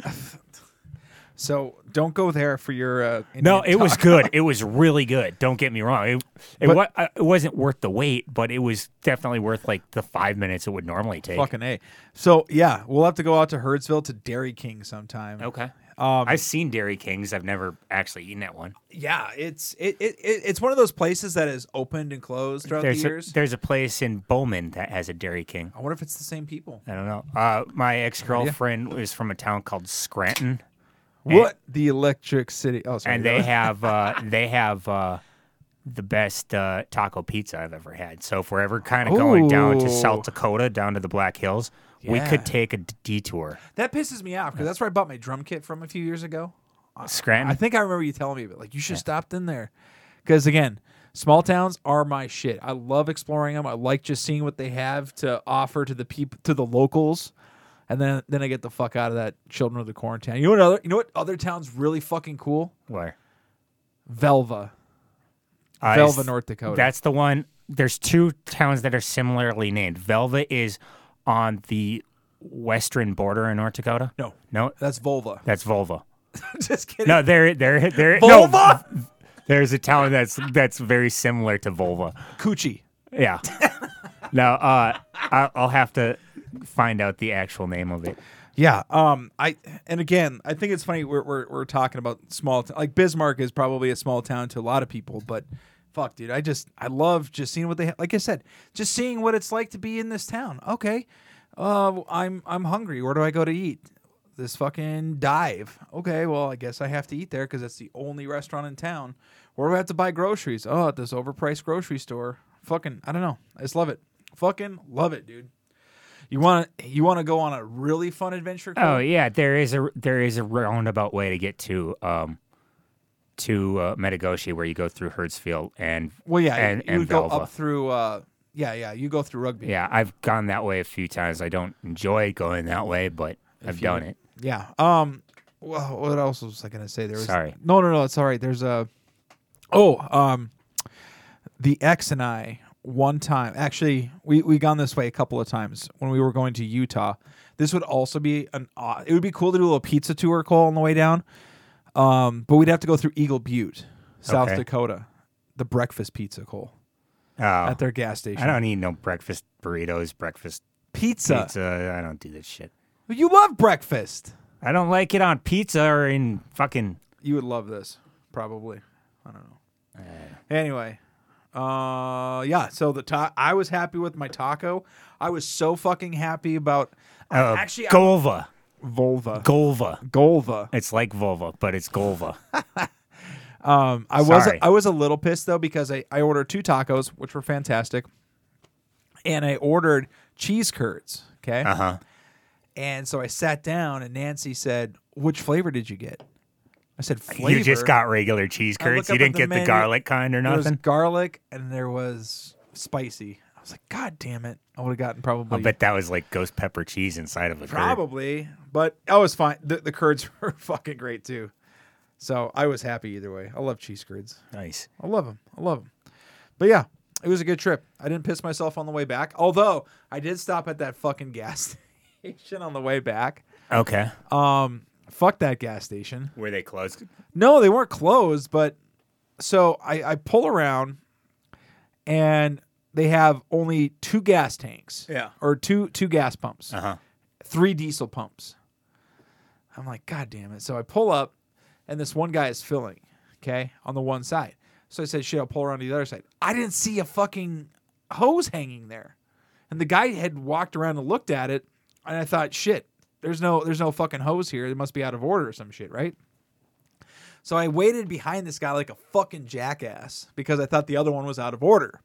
K: So don't go there for your. Uh,
J: No, it
K: Indian
J: was
K: taco.
J: good. It was really good. Don't get me wrong. It, it,
K: But-
J: wa- uh, it wasn't worth the wait, but it was definitely worth like the five minutes it would normally take.
K: Fucking a. So yeah, we'll have to go out to Hertzville to Dairy King sometime. Um,
J: Okay. I've seen Dairy Kings. I've never actually eaten at one.
K: Yeah, it's it, it, it it's one of those places that is opened and closed throughout
J: There's
K: the
J: a,
K: years.
J: there's a place in Bowman that has a Dairy King.
K: I wonder if it's the same people.
J: I don't know. Uh, my ex girlfriend was from a town called Scranton,
K: What the Electric City? Oh, sorry.
J: and they have uh, they have uh, the best uh, taco pizza I've ever had. So if we're ever kind of going down to
K: Ooh.
J: South Dakota, down to the Black Hills, we
K: Yeah.
J: could take a d- detour.
K: that pisses me off because that's where I bought my drum kit from a few years ago.
J: Scranton.
K: I think I remember you telling me, but like you should have stopped in there. Because again, small towns are my shit. I love exploring them. I like just seeing what they have to offer to the people to the locals. And then then I get the fuck out of that children of the corn town. You know what other you know what other towns really fucking cool?
J: Where?
K: Velva.
J: Uh,
K: Velva,
J: it's-
K: North Dakota.
J: That's the one. There's two towns that are similarly named. Velva is on the western border in North Dakota.
K: No.
J: No,
K: That's Volva.
J: that's Volva.
K: just kidding.
J: No, there, there, there.
K: Volva?
J: No, there's a town that's that's very similar to Volva.
K: Coochie.
J: Yeah. now, uh, I- I'll have to find out the actual name of it.
K: Yeah. Um. I and again, I think it's funny we're we're, we're talking about small t- like Bismarck is probably a small town to a lot of people, but fuck, dude, I just I love just seeing what they ha- like. I said, just seeing what it's like to be in this town. Okay. Uh, I'm I'm hungry. Where do I go to eat? This fucking dive. Okay, well, I guess I have to eat there because that's the only restaurant in town. Where do I have to buy groceries? Oh, at this overpriced grocery store. Fucking, I don't know. I just love it. Fucking love it, dude. You want to you want to go on a really fun adventure? Cole?
J: Oh yeah, there is a there is a roundabout way to get to um to uh, Metagoshi where you go through Hertzfield and
K: Well, yeah,
J: and,
K: you
J: and
K: would go
J: Valva.
K: up through. Uh, yeah, yeah, you go through rugby.
J: Yeah, I've gone that way a few times. I don't enjoy going that way, but I've done it.
K: Yeah. Um. Well, what else was I gonna say? There was
J: Sorry.
K: No, no, no. It's all right. There's a. Oh, um, the ex and I one time actually we we gone this way a couple of times when we were going to Utah. This would also be an. aw- It would be cool to do a little pizza tour, Cole, on the way down. Um, but we'd have to go through Eagle Butte, South
J: Okay.
K: Dakota, the breakfast pizza, Cole,
J: Oh,
K: at their gas station.
J: I don't eat no breakfast burritos, breakfast
K: pizza.
J: pizza. I don't do this shit.
K: You love breakfast.
J: I don't like it on pizza or in fucking.
K: You would love this, probably. I don't know. Anyway, uh, yeah. So the ta- I was happy with my taco. I was so fucking happy about
J: Uh,
K: Actually, I-
J: Golva,
K: Volva.
J: Golva.
K: Golva.
J: It's like Volva, but it's Golva.
K: Um, I was
J: Sorry.
K: I was a little pissed though because I, I ordered two tacos, which were fantastic, and I ordered cheese curds. Okay. Uh
J: Uh-huh.
K: And so I sat down, and Nancy said, "Which flavor did you get?" I said, "Flavor."
J: You just got regular cheese
K: I look
J: curds. You
K: up at
J: didn't
K: the
J: get
K: menu,
J: the garlic kind or
K: There
J: nothing.
K: was garlic and there was spicy. I was like, God damn it! I would have gotten
J: I
K: probably,
J: bet that was like ghost pepper cheese inside of a curd.
K: probably, but I was fine. The, the curds were fucking great too, so I was happy either way. I love cheese curds.
J: Nice.
K: I love them. I love them. But yeah, it was a good trip. I didn't piss myself on the way back, although I did stop at that fucking gas station on the way back.
J: Okay.
K: Um, fuck that gas station.
J: Were they closed?
K: No, they weren't closed, but so I, I pull around and they have only two gas tanks.
J: Yeah. Uh-huh.
K: Or two two gas pumps.
J: Uh huh.
K: Three diesel pumps. I'm like, God damn it. So I pull up, and this one guy is filling, okay, on the one side. So I said, shit, I'll pull around to the other side. I didn't see a fucking hose hanging there. And the guy had walked around and looked at it, and I thought, shit, there's no there's no fucking hose here. It must be out of order or some shit, right? So I waited behind this guy like a fucking jackass because I thought the other one was out of order.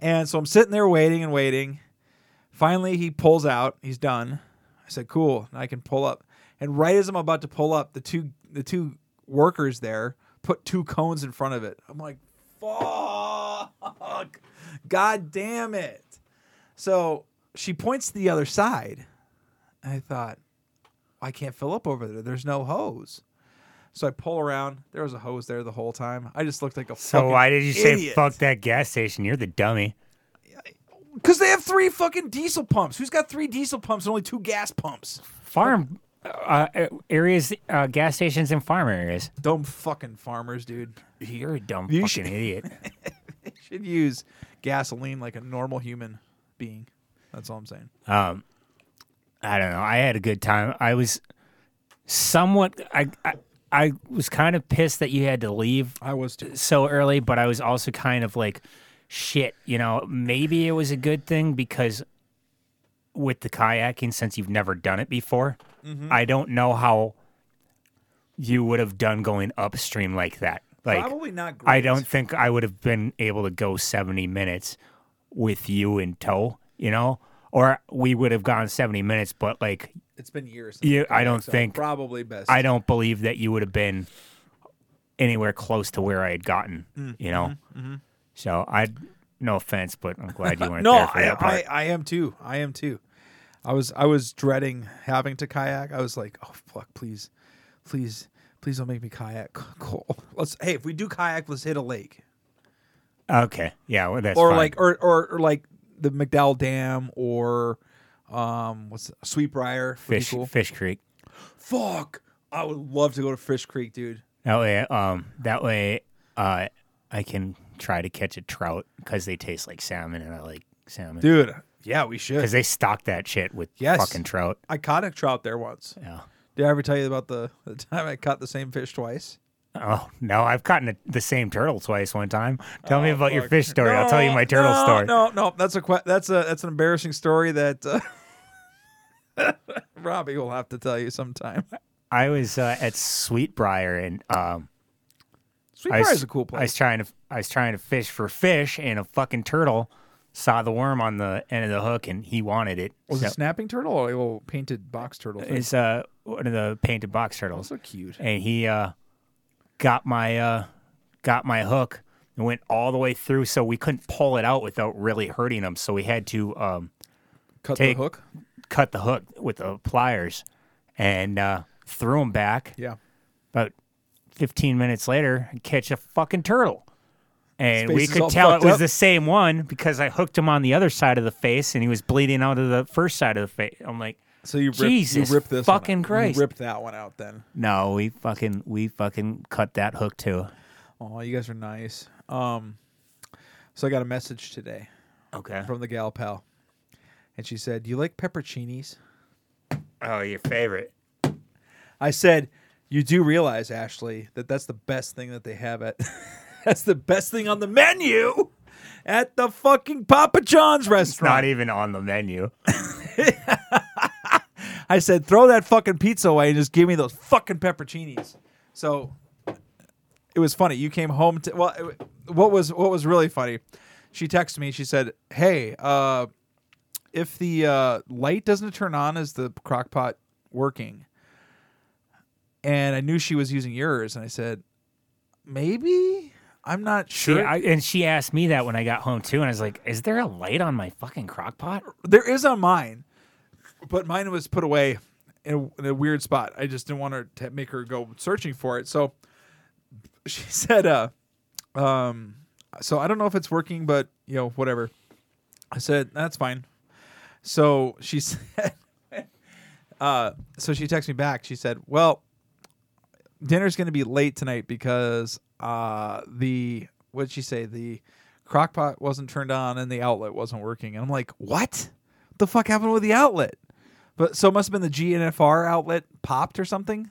K: And so I'm sitting there waiting and waiting. Finally, he pulls out. He's done. I said, "Cool, now I can pull up." And right as I'm about to pull up, the two the two workers there put two cones in front of it. I'm like, "Fuck! God damn it!" So she points to the other side. I thought, "I can't fill up over there. There's no hose." So I pull around. There was a hose there the whole time. I just looked like a
J: So
K: fucking
J: why did you say
K: idiot.
J: fuck that gas station? You're the dummy.
K: Because they have three fucking diesel pumps. Who's got three diesel pumps and only two gas pumps?
J: Farm uh, areas, uh, gas stations, and farm areas.
K: Dumb fucking farmers, dude.
J: You're a dumb
K: You
J: fucking
K: should-
J: idiot.
K: They should use gasoline like a normal human being. That's all I'm saying.
J: Um, I don't know. I had a good time. I was somewhat. I I, I was kind of pissed that you had to leave
K: I was too.
J: so early, but I was also kind of like, shit. You know, maybe it was a good thing because with the kayaking, since you've never done it before,
K: Mm-hmm.
J: I don't know how you would have done going upstream like that. Like
K: Probably not great.
J: I don't think I would have been able to go 70 minutes with you in tow, you know? Or we would have gone 70 minutes, but like,
K: It's been years. Since
J: Yeah,
K: I've
J: I
K: done
J: don't
K: it, so
J: think-
K: Probably best.
J: I don't believe that you would have been anywhere close to where I had gotten,
K: Mm-hmm,
J: you know? So I, no offense, but I'm glad you weren't
K: No,
J: there for
K: I,
J: that part.
K: I, I am too. I am too. I was I was dreading having to kayak. I was like, oh fuck, please, please, please don't make me kayak. Cool. Let's hey, if we do kayak, let's hit a lake.
J: okay. Yeah. Well, that's
K: or
J: fine.
K: like or, or or like the McDowell Dam or um what's Sweetbriar would be
J: Fish,
K: cool.
J: Fish Creek.
K: Fuck, I would love to go to Fish Creek, dude.
J: That way, um, that way, uh, I can try to catch a trout because they taste like salmon and I like salmon.
K: Dude, yeah, we should.
J: Because they stock that shit with
K: Yes.
J: fucking trout.
K: Iconic trout there once.
J: Yeah.
K: Did I ever tell you about the, the time I caught the same fish twice?
J: Oh no, I've gotten a, the same turtle twice one time. Tell me about your
K: Oh, Fuck.
J: fish story. I'll tell you
K: No,
J: my turtle
K: no,
J: story.
K: No, no, that's a que- that's a that's an embarrassing story that uh, Robbie will have to tell you sometime.
J: I was uh, at Sweetbriar and um, I
K: Sweetbriar
J: was,
K: is a cool
J: I was
K: place.
J: trying to I was trying to fish for fish, and a fucking turtle saw the worm on the end of the hook, and he wanted it.
K: was
J: So
K: it snapping turtle or a little painted box turtle? thing?
J: it's uh one of the painted box turtles,
K: so cute.
J: and he uh, got my uh, got my hook and went all the way through, so we couldn't pull it out without really hurting him. So we had to um,
K: Cut
J: take-
K: the hook.
J: cut the hook with the pliers and uh, threw him back.
K: Yeah.
J: About 15 minutes later, I catch a fucking turtle. And
K: His face
J: we
K: is
J: could
K: all
J: tell it
K: fucked
J: was
K: up.
J: the same one because I hooked him on the other side of the face and he was bleeding out of the first side of the face. I'm like,
K: So you ripped,
J: Jesus
K: you ripped this one out.
J: fucking Christ.
K: You ripped that one out then.
J: no, we fucking we fucking cut that hook too.
K: Oh, you guys are nice. Um, so I got a message today
J: Okay.
K: from the gal pal, and she said, "Do you like pepperoncinis?"
J: Oh, your favorite.
K: I said, "You do realize, Ashley, that that's the best thing that they have at that's the best thing on the menu at the fucking Papa John's
J: It's not
K: restaurant."
J: even on the menu.
K: I said, "Throw that fucking pizza away and just give me those fucking pepperoncinis." So it was funny. You came home to well, it- what was what was really funny? She texted me. She said, "Hey, uh, if the uh, light doesn't turn on, is the crock pot working?" And I knew she was using yours, and I said, "Maybe I'm not
J: She,
K: sure."
J: I, and she asked me that when I got home too, and I was like, "Is there a light on my fucking crock pot?"
K: there is on mine, but mine was put away in a, in a weird spot. I just didn't want her to make her go searching for it. So she said, uh, um, so I don't know if it's working, but you know, whatever. I said, that's fine. So she said, uh, so she texted me back. She said, well, dinner's going to be late tonight because uh the what'd she say the crock pot wasn't turned on and the outlet wasn't working and i'm like what the fuck happened with the outlet But so it must have been the GNFR outlet popped or something.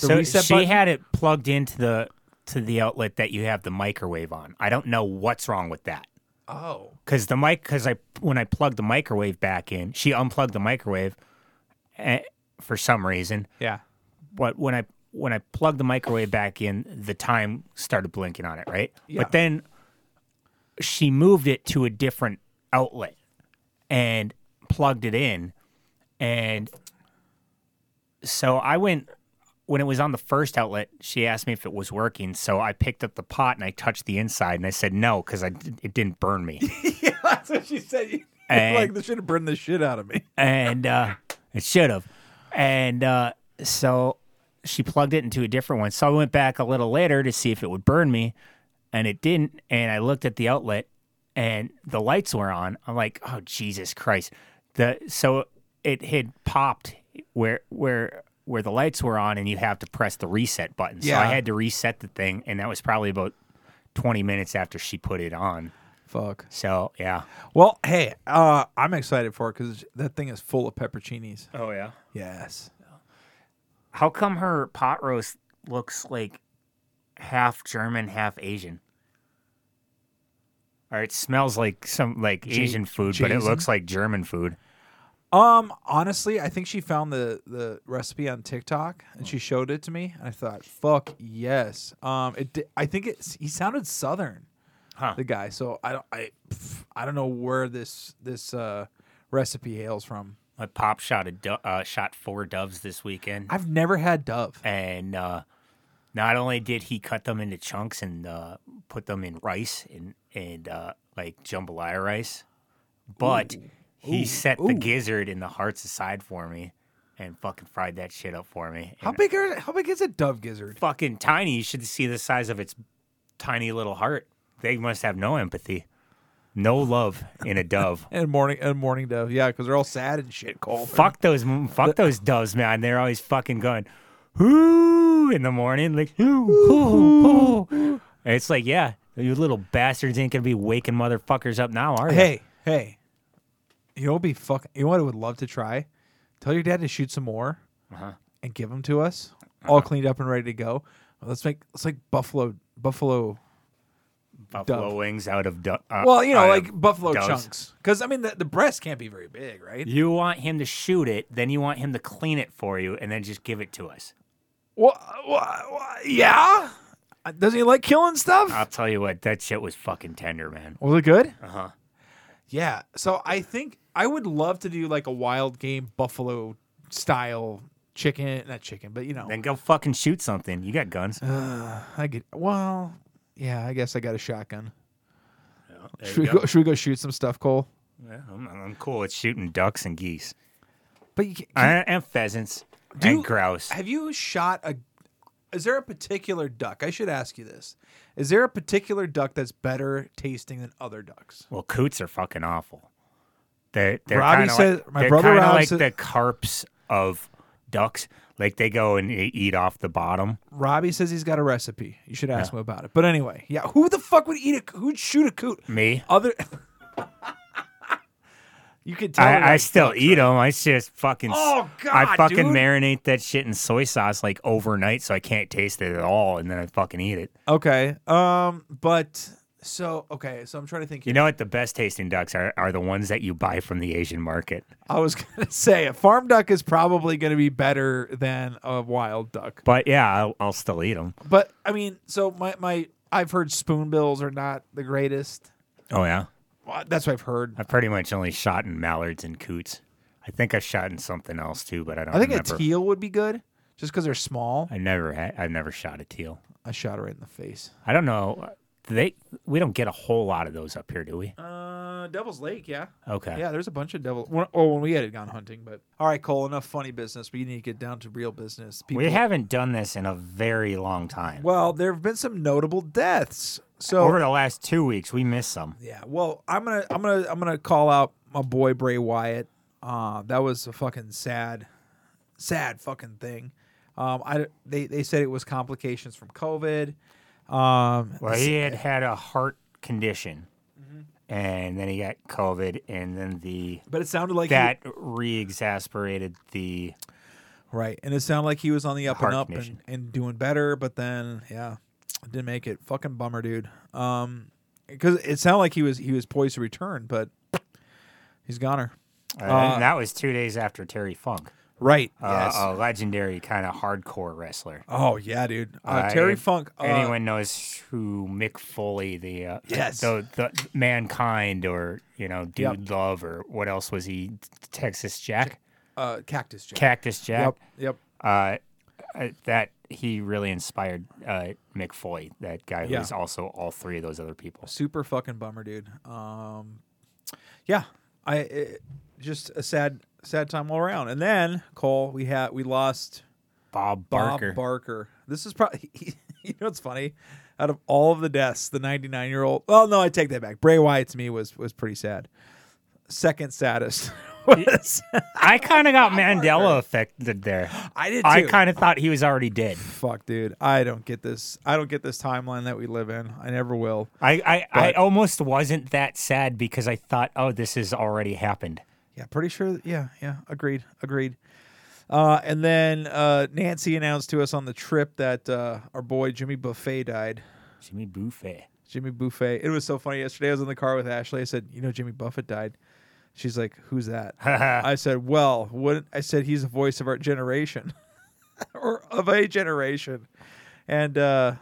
K: The
J: so
K: reset
J: she
K: button?
J: had it plugged into the to the outlet that you have the microwave on. I don't know what's wrong with that.
K: Oh,
J: because the mic because I when I plugged the microwave back in, she unplugged the microwave eh, for some reason.
K: yeah.
J: But when I when I plugged the microwave back in, the time started blinking on it, right?
K: Yeah.
J: But then she moved it to a different outlet and plugged it in, and so I went. When it was on the first outlet, she asked me if it was working. So I picked up the pot and I touched the inside and I said no because I it didn't burn me.
K: yeah, that's what she said. You-
J: And-
K: like this should have burned the shit out of me.
J: and uh, it should have. And uh, so she plugged it into a different one. So I went back a little later to see if it would burn me, and it didn't. And I looked at the outlet, and the lights were on. I'm like, oh Jesus Christ! The so it had popped where where where the lights were on, and you have to press the reset button. So I
K: Yeah.
J: had to reset the thing, and that was probably about. 20 minutes after she put it on.
K: Fuck.
J: So, yeah.
K: Well, hey, uh, I'm excited for it because that thing is full of pepperoncinis.
J: Oh, yeah.
K: Yes.
J: How come her pot roast looks like half German, half Asian? Or it smells like some like Asian food, but it
K: Jason?
J: looks like German food.
K: Um, honestly, I think she found the the recipe on TikTok and she showed it to me, and I thought, "Fuck yes." Um, it di- I think it he sounded southern,
J: Huh.
K: the guy. So I don't I pff, I don't know where this this uh recipe hails from.
J: My pop shot a do- uh, shot four doves this weekend,
K: I've never had dove.
J: and uh, not only did he cut them into chunks and uh, put them in rice and and uh, like jambalaya rice, but he set the gizzard and the hearts aside for me, and fucking fried that shit up for me.
K: How
J: And
K: big are how big is a dove gizzard?
J: fucking tiny. You should see the size of its tiny little heart. They must have no empathy, no love in a dove.
K: And morning and morning dove, yeah, because they're all sad and shit. Cold.
J: fuck those, fuck those doves, man. They're always fucking going, whoo in the morning, like whoo, whoo, whoo. And It's like, yeah, you little bastards ain't gonna be waking motherfuckers up now, are you?
K: Hey, hey. You know what would be fuck you know what I would love to try? Tell your dad to shoot some more and give them to us. All cleaned up and ready to go. Let's make let's like buffalo buffalo
J: buffalo
K: dove.
J: wings out of dove.
K: Well, you know, like buffalo
J: does.
K: chunks. Cuz I mean the, the breast can't be very big, right?
J: You want him to shoot it, then you want him to clean it for you, and then just give it to us.
K: Well, yeah. Uh, Doesn't he like killing stuff?
J: I'll tell you what, that shit was fucking tender, man.
K: Was it good? Uh-huh. Yeah. So I think I would love to do like a wild game buffalo style chicken, not chicken, but you know.
J: Then go fucking shoot something. You got guns.
K: Uh, I get well. Yeah, I guess I got a shotgun.
J: There
K: Should we
J: you
K: go. should we go shoot some stuff, Cole?
J: Yeah, I'm, I'm cool with shooting ducks and geese
K: But you, can,
J: and, and pheasants
K: do you-
J: and grouse.
K: Have you shot a? Is there a particular duck? I should ask you this. Is there a particular duck that's better tasting than other ducks?
J: well, coots are fucking awful. They're, they're
K: Robbie
J: kinda
K: says-
J: like,
K: my
J: they're
K: brother
J: kinda
K: Rob
J: like
K: said-
J: the carps of ducks. Like they go and they eat off the bottom.
K: Robbie says he's got a recipe. You should ask him about it. But anyway, yeah, who the fuck would eat a who'd shoot a coot?
J: Me,
K: Other. you could tell.
J: I,
K: they're
J: I
K: like
J: still
K: ducks,
J: eat them. I just fucking. s-
K: Oh, God,
J: I fucking
K: dude.
J: marinate that shit in soy sauce like overnight, so I can't taste it at all, and then I fucking eat it.
K: Okay. Um. But so okay. So I'm trying to think.
J: You know what? The best tasting ducks are, are the ones that you buy from the Asian market.
K: I was gonna say a farm duck is probably gonna be better than a wild duck,
J: But yeah, I'll, I'll still eat them.
K: but I mean, so my my I've heard spoonbills are not the greatest.
J: Oh yeah.
K: Well, That's what I've heard.
J: I pretty much only shot in mallards and coots. I think I shot in something else too, but I don't.
K: I think
J: remember.
K: a teal would be good, just because they're small.
J: I never had. I've never shot a teal.
K: I shot it right in the face.
J: I don't know. Do They we don't get a whole lot of those up here, do we?
K: Uh, Devil's Lake, yeah,
J: Okay.
K: yeah. There's a bunch of devil. when- Oh, when we had gone hunting, but all right, Cole. Enough funny business. We need to get down to real business. People,
J: we haven't done this in a very long time.
K: Well, there have been some notable deaths. So
J: Over the last two weeks, we missed some.
K: Yeah. Well, I'm gonna I'm gonna I'm gonna call out my boy Bray Wyatt. Uh, that was a fucking sad, sad fucking thing. Um, I they they said it was complications from COVID. Um, eh.
J: Well, he had had a heart condition,
K: Mm-hmm.
J: and then he got COVID, and then the
K: But it sounded like he-
J: that re-exasperated the
K: Right. And it sounded like he was on the up
J: Heart
K: and up and,
J: condition.
K: and doing better, but then yeah, didn't make it. Fucking bummer, dude. Um cuz it sounded like he was he was poised to return, but he's goner.
J: uh, and that was two days after Terry Funk,
K: Right.
J: uh,
K: yes.
J: a legendary kind of hardcore wrestler.
K: oh yeah, dude. Uh,
J: Uh,
K: Terry
J: if
K: Funk uh,
J: anyone knows who Mick Foley, the uh,
K: Yes.
J: the, the mankind or you know dude
K: Yep.
J: love or what else was he? Texas Jack,
K: uh Cactus Jack.
J: Cactus Jack.
K: Yep. Yep.
J: Uh, uh, that he really inspired uh, Mick Foley, that guy who
K: Yeah.
J: was also all three of those other people.
K: Super fucking bummer, dude. Um yeah. I it, just a sad sad time all around. And then Cole, we had we lost
J: Bob
K: Bob
J: Barker.
K: Barker. This is probably you know what's funny. Out of all of the deaths, the 99 year old. Well, no, I take that back. Bray Wyatt to me was was pretty sad. Second saddest. was-
J: I kind of got Mandela affected there.
K: I did. Too.
J: I kind of thought he was already dead.
K: fuck, dude. I don't get this. I don't get this timeline that we live in. I never will.
J: I, I, I almost wasn't that sad because I thought, oh, this has already happened.
K: Yeah, pretty sure. Yeah, yeah. Agreed. Agreed. Uh, and then uh, Nancy announced to us on the trip that uh, our boy Jimmy Buffet died.
J: Jimmy Buffet.
K: Jimmy Buffet. It was so funny. Yesterday, I was in the car with Ashley. I said, "You know, Jimmy Buffett died." She's like, "Who's that?" I said, "Well, what?" I said, "He's the voice of our generation, or of a generation." And uh,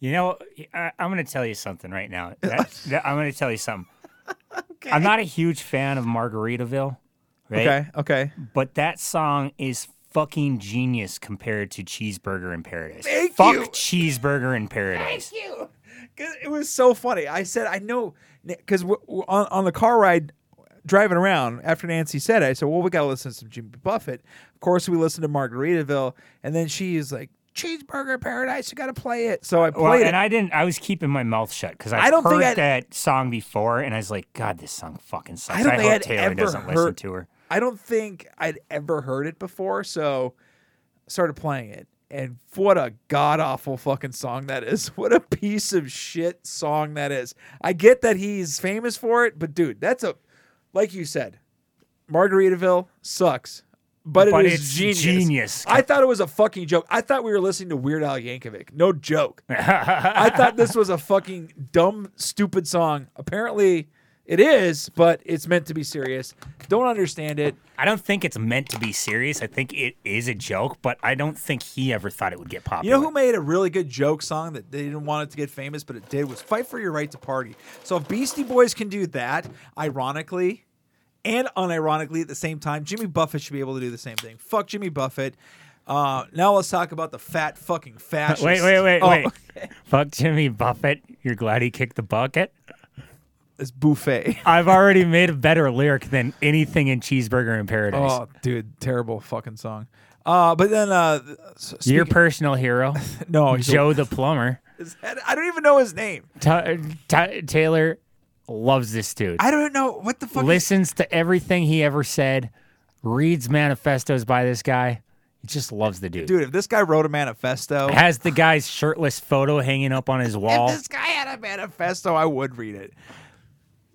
J: You know, I, I'm going to tell you something right now. That, that- I'm going to tell you something. I'm not a huge fan of Margaritaville, right?
K: okay, okay,
J: But that song is fucking genius compared to Cheeseburger in Paradise.
K: Thank
J: Fuck
K: you.
J: Cheeseburger in Paradise.
K: you. it was so funny. I said, "I know," because w- w- on on the car ride. Driving around after Nancy said it, I said, Well, we got to listen to some Jimmy Buffett. Of course, we listened to Margaritaville. And then she is like, Cheeseburger Paradise, you got to play it. So I played
J: Well,
K: it.
J: and I didn't. I was keeping my mouth shut because
K: I don't
J: heard
K: think I'd-
J: that song before, and I was like, "God, this song fucking sucks."
K: I don't
J: I,
K: think
J: hope
K: I'd
J: Taylor
K: ever
J: doesn't listen
K: heard-
J: to her.
K: I don't think I'd ever heard it before, so I started playing it. And what a god awful fucking song that is. What a piece of shit song that is. I get that he's famous for it, but dude, that's a like you said, Margaritaville sucks. But,
J: But
K: it is
J: it's
K: genius.
J: genius.
K: I thought it was a fucking joke. I thought we were listening to Weird Al Yankovic. No joke. I thought this was a fucking dumb, stupid song. Apparently, it is, but it's meant to be serious. Don't understand it.
J: I don't think it's meant to be serious. I think it is a joke, but I don't think he ever thought it would get
K: You
J: popular.
K: know who made a really good joke song that they didn't want it to get famous, but it did was "Fight for Your Right to Party." So if Beastie Boys can do that, ironically and unironically at the same time, Jimmy Buffett should be able to do the same thing. Fuck Jimmy Buffett. Uh, now let's talk about the fat fucking fascist.
J: Wait, wait, wait,
K: Oh,
J: wait. Fuck Jimmy Buffett. You're glad he kicked the bucket.
K: It's buffet.
J: I've already made a better lyric than anything in Cheeseburger in Paradise.
K: Oh, dude, terrible fucking song. Uh, but then uh, th- s-
J: Your
K: speaking-
J: personal hero, oh,
K: no he's a-
J: Joe the plumber.
K: is that- I don't even know his name.
J: Ta- Ta- Taylor loves this dude.
K: I don't know what the fuck. is-
J: listens to everything he ever said, reads manifestos by this guy. He just loves the dude.
K: dude, if this guy wrote a manifesto, if
J: Has the guy's shirtless photo hanging up on his wall.
K: this guy had a manifesto, I would read it.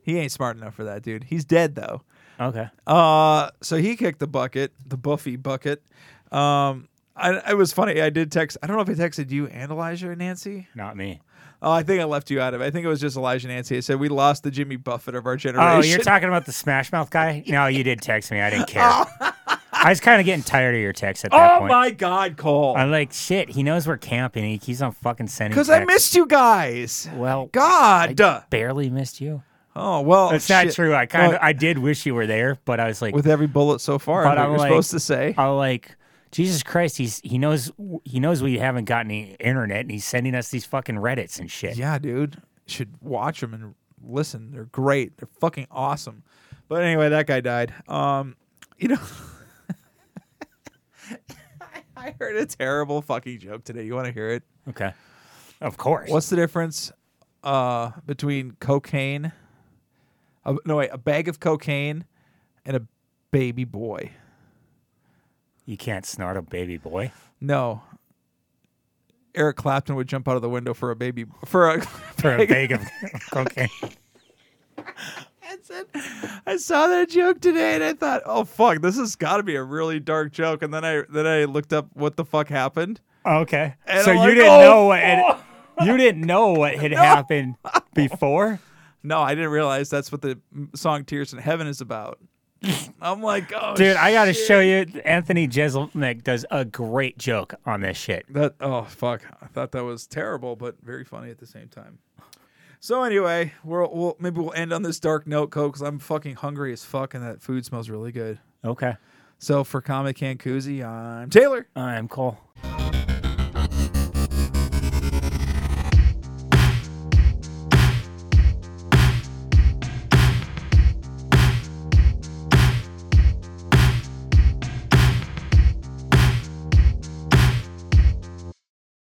K: He ain't smart enough for that, dude. He's dead though.
J: Okay.
K: Uh, so he kicked the bucket, the Buffy bucket. Um, I, it was funny. I did text. I don't know if I texted you and Elijah or Nancy.
J: Not me.
K: Oh, I think I left you out of it. I think it was just Elijah and Nancy. I said we lost the Jimmy Buffett of our generation.
J: Oh, you're talking about the Smash Mouth guy? No, you did text me. I didn't care. I was kind of getting tired of your text at that
K: Oh
J: point.
K: my God, Cole!
J: I'm like, shit, he knows we're camping. He keeps on fucking sending
K: Because I
J: texts.
K: missed you guys.
J: Well,
K: God.
J: I barely missed you.
K: oh well,
J: That's not
K: shit.
J: true. I kind of,
K: Well,
J: I did wish you were there, but I was like,
K: with every bullet so far,
J: but
K: I
J: I'm
K: am
J: like,
K: supposed to say.
J: I'm like, Jesus Christ, he's he knows he knows we haven't gotten any internet, and he's sending us these fucking Reddits and shit.
K: yeah, dude, should watch them and listen. They're great. They're fucking awesome. But anyway, that guy died. Um, you know. I heard a terrible fucking joke today. You want to hear it?
J: Okay. Of course.
K: What's the difference uh, between cocaine? Uh, no, wait, a bag of cocaine and a baby boy.
J: you can't snort a baby boy.
K: No. Eric Clapton would jump out of the window for a baby for a
J: For a bag of cocaine.
K: I saw that joke today and I thought, oh fuck, this has got to be a really dark joke. And then I then I looked up what the fuck happened.
J: Okay.
K: And
J: so
K: I'm
J: you
K: like,
J: didn't
K: "Oh,
J: know what had, you didn't know what had happened before.
K: No, I didn't realize that's what the song "Tears in Heaven" is about. I'm like, oh,
J: Dude, I got to
K: shit.
J: show you. Anthony Jeselnik does a great joke on this shit.
K: That oh fuck, I thought that was terrible, but very funny at the same time. So anyway, we'll, we'll maybe we'll end on this dark note, Co, because I'm fucking hungry as fuck, and that food smells really good.
J: Okay.
K: So for Comic Cancuzzi, I'm Taylor.
J: I'm Cole.